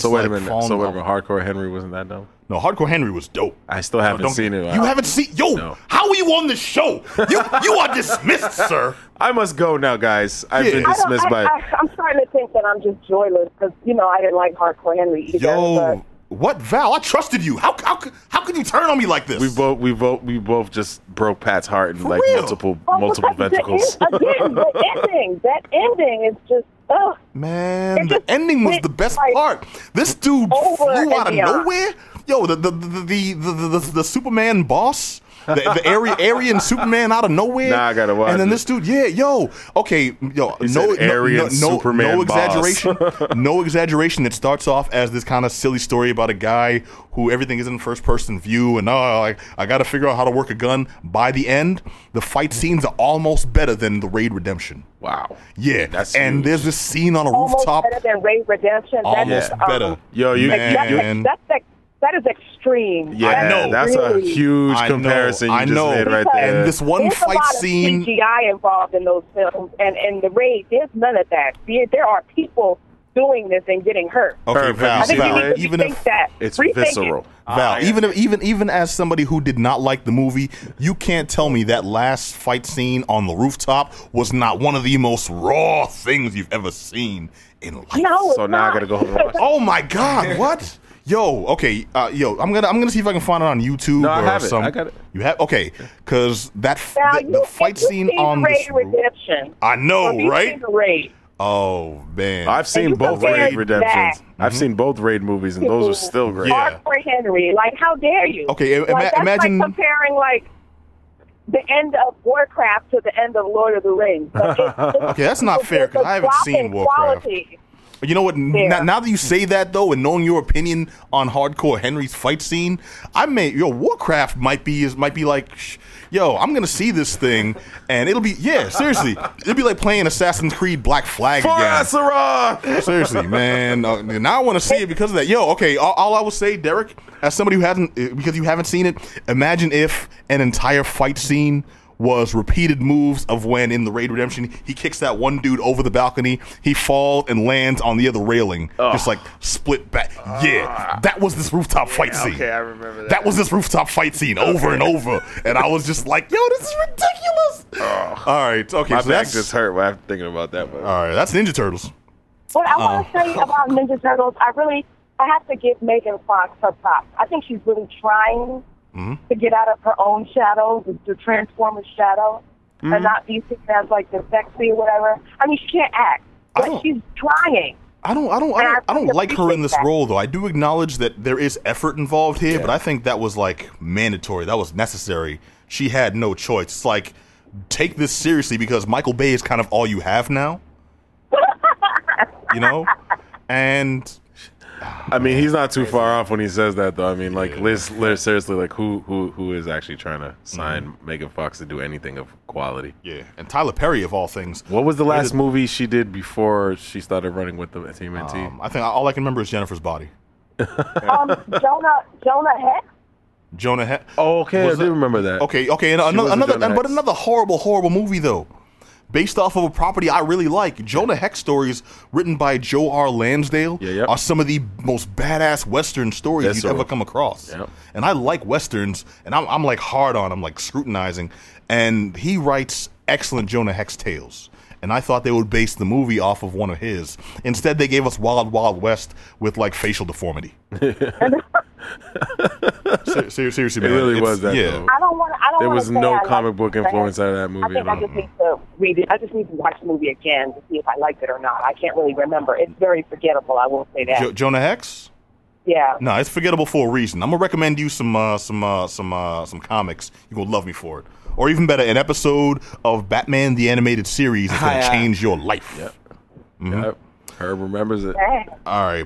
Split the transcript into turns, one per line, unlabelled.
So wait a
like,
minute.
falling
So wait a
off.
minute. Hardcore Henry wasn't that dumb.
No, Hardcore Henry was dope.
I still haven't
Don't-
seen it.
You
I-
haven't seen yo.
No.
How are you on the show? You you are dismissed, sir.
I must go now, guys. I've
Yeah.
been
I
I don't,
dismissed
I,
by.
I, I'm starting to think that I'm just joyless because you know I didn't like Hardcore Henry either.
Yo, what Val? I trusted you. How how c- how can you turn on me like this?
we both, we both, we both just broke Pat's heart in like
real?
multiple,
but,
multiple
because the
ventricles.
end- again, the ending. That ending is just ugh.
Man,
It
the
just
ending was
went,
the best
like,
part. This dude
over
flew
and
out of
beyond.
nowhere. Yo, the the the the, the, the, the Superman boss. the, the Ari- Aryan Superman out of nowhere.
Nah, I gotta watch
And then
it.
this dude, yeah, yo, okay, yo,
He
no,
said
no,
Aryan
no, no,
Superman
no
boss.
exaggeration, no exaggeration. It starts off as this kind of silly story about a guy who everything is in first person view, and oh, I, I got to figure out how to work a gun. By the end, the fight scenes are almost better than the Raid Redemption.
wow.
Yeah,
That's
and
huge.
there's this scene on a
Almost
rooftop.
better than Ray Redemption. That is,
Almost
um,
better.
Yo, you-
like, that's,
man.
that's, like, that is extreme.
Yeah,
I know.
that's a
really-
huge
I know,
comparison you
I
just
know.
made right there.
And this one
There's a
fight
lot of
scene.
CGI involved in those films, and and the raid. There's none of that. There there are people doing this and getting hurt.
Okay,
Perfect.
Val,
I think
Val,
you need
Val,
to
even
rethink
if
that.
it's
Rethink it.
visceral.
Val, even if, even even as somebody who did not like the movie, you can't tell me that last fight scene on the rooftop was not one of the most raw things you've ever seen in life.
No,
So
it's
now I
not.
gotta go home and watch it.
Oh my God! What? Yo, okay, uh, yo, I'm gonna I'm gonna see if I can find it on YouTube
No, I
or
have it.
some.
I got it.
You have okay, because that f-
Now,
the,
you-
the
if
fight
you've
scene
seen
on
Ray
this. roo-
Redemption.
I know,
if you've
right?
seen the raid.
Oh man,
I've seen
you
both
compare
Raid
that
Redemptions. I've seen both Raid movies, and those are still great.
Mm-hmm. Yeah.
Hardcore Henry. Like, how dare you?
Okay, im-
like, that's
imagine-
like comparing like the end of Warcraft to the end of Lord of the Rings. Like, it's- it's-
Okay, that's not
it's-
fair,
it's a
'cause I haven't
drop
seen
in
Warcraft.
quality.
But you know what? n-
Fair.
Now, now that you say that though, and knowing your opinion on hardcore Henry's fight scene, I may your Warcraft might be is might be like, sh- yo, I'm gonna see this thing, and it'll be yeah, seriously, it'll be like playing Assassin's Creed Black Flag
For
again.
us, Sarah!
Seriously, man. Uh, now I want to see it because of that. Yo, okay. All, all I will say, Derek, as somebody who hasn't, uh, because you haven't seen it, imagine if an entire fight scene was repeated moves of when in the Raid Redemption he kicks that one dude over the balcony, he falls and lands on the other railing, just like split back. yeah, that was this rooftop fight scene.
Ah. okay, I remember that.
That was this rooftop fight scene over and over, and I was just like, yo, this is ridiculous. All right, okay.
My back
so that's-
just hurt when I'm thinking about that one.
All right, that's Ninja Turtles.
What I want to say about Ninja Turtles, I really, I have to give Megan Fox her props. I think she's really trying to get out of her own shadow, the, the Transformers shadow, and not be seen as like the sexy or whatever. I mean, she can't act,
I
but
don't-
she's trying.
I don't, I don't, I
And I
don't, I don't
really
like her in
appreciate
this
that.
role, though. I do acknowledge that there is effort involved here, but I think that was like mandatory. That was necessary. She had no choice. It's like take this seriously because Michael Bay is kind of all you have now. you know, and
I mean, he's not too far off when he says that, though. I mean, like, lis- lis- seriously, like, who, who, who is actually trying to sign
Mm-hmm.
Megan Fox to do anything of quality?
yeah, and Tyler Perry of all things.
What was the
Where
last
did-
movie she did before she started running with the TMNT?
Um, I think all I can remember is Jennifer's body.
Um, Jonah, Jonah Hex.
Jonah. He-
oh, okay, I
was
do
that-
remember that.
Okay, okay, and another,
was a
another
Jonah
but
Hex.
another horrible, horrible movie though, based off of a property I really like. Jonah Hex stories written by Joe R. Lansdale
Yeah, yep.
are some of the most badass Western stories
Yes,
you've
sir.
ever come across.
Yep.
And I like westerns, and I'm, I'm like hard on, I'm like scrutinizing, and he writes excellent Jonah Hex tales. And I thought they would base the movie off of one of his. Instead, they gave us Wild Wild West with like facial deformity. Ser- ser- seriously,
It
man,
really
it's-
was that,
Yeah,
though.
I don't want. I don't.
There
wanna
was
say
no
I like
comic book
Jonah Hex.
influence out of that movie
I think
at all.
I just need to read it. I just need to watch the movie again to see if I liked it or not. I can't really remember. It's very forgettable. I will say that.
Jo- Jonah Hex.
yeah.
No, it's forgettable for a reason. I'm gonna recommend you some uh, some uh, some uh, some comics. You gonna love me for it, or even better, an episode of Batman the Animated Series is gonna
Hi-ya.
change your life.
Yep. Herb remembers it.
Dang.
All right,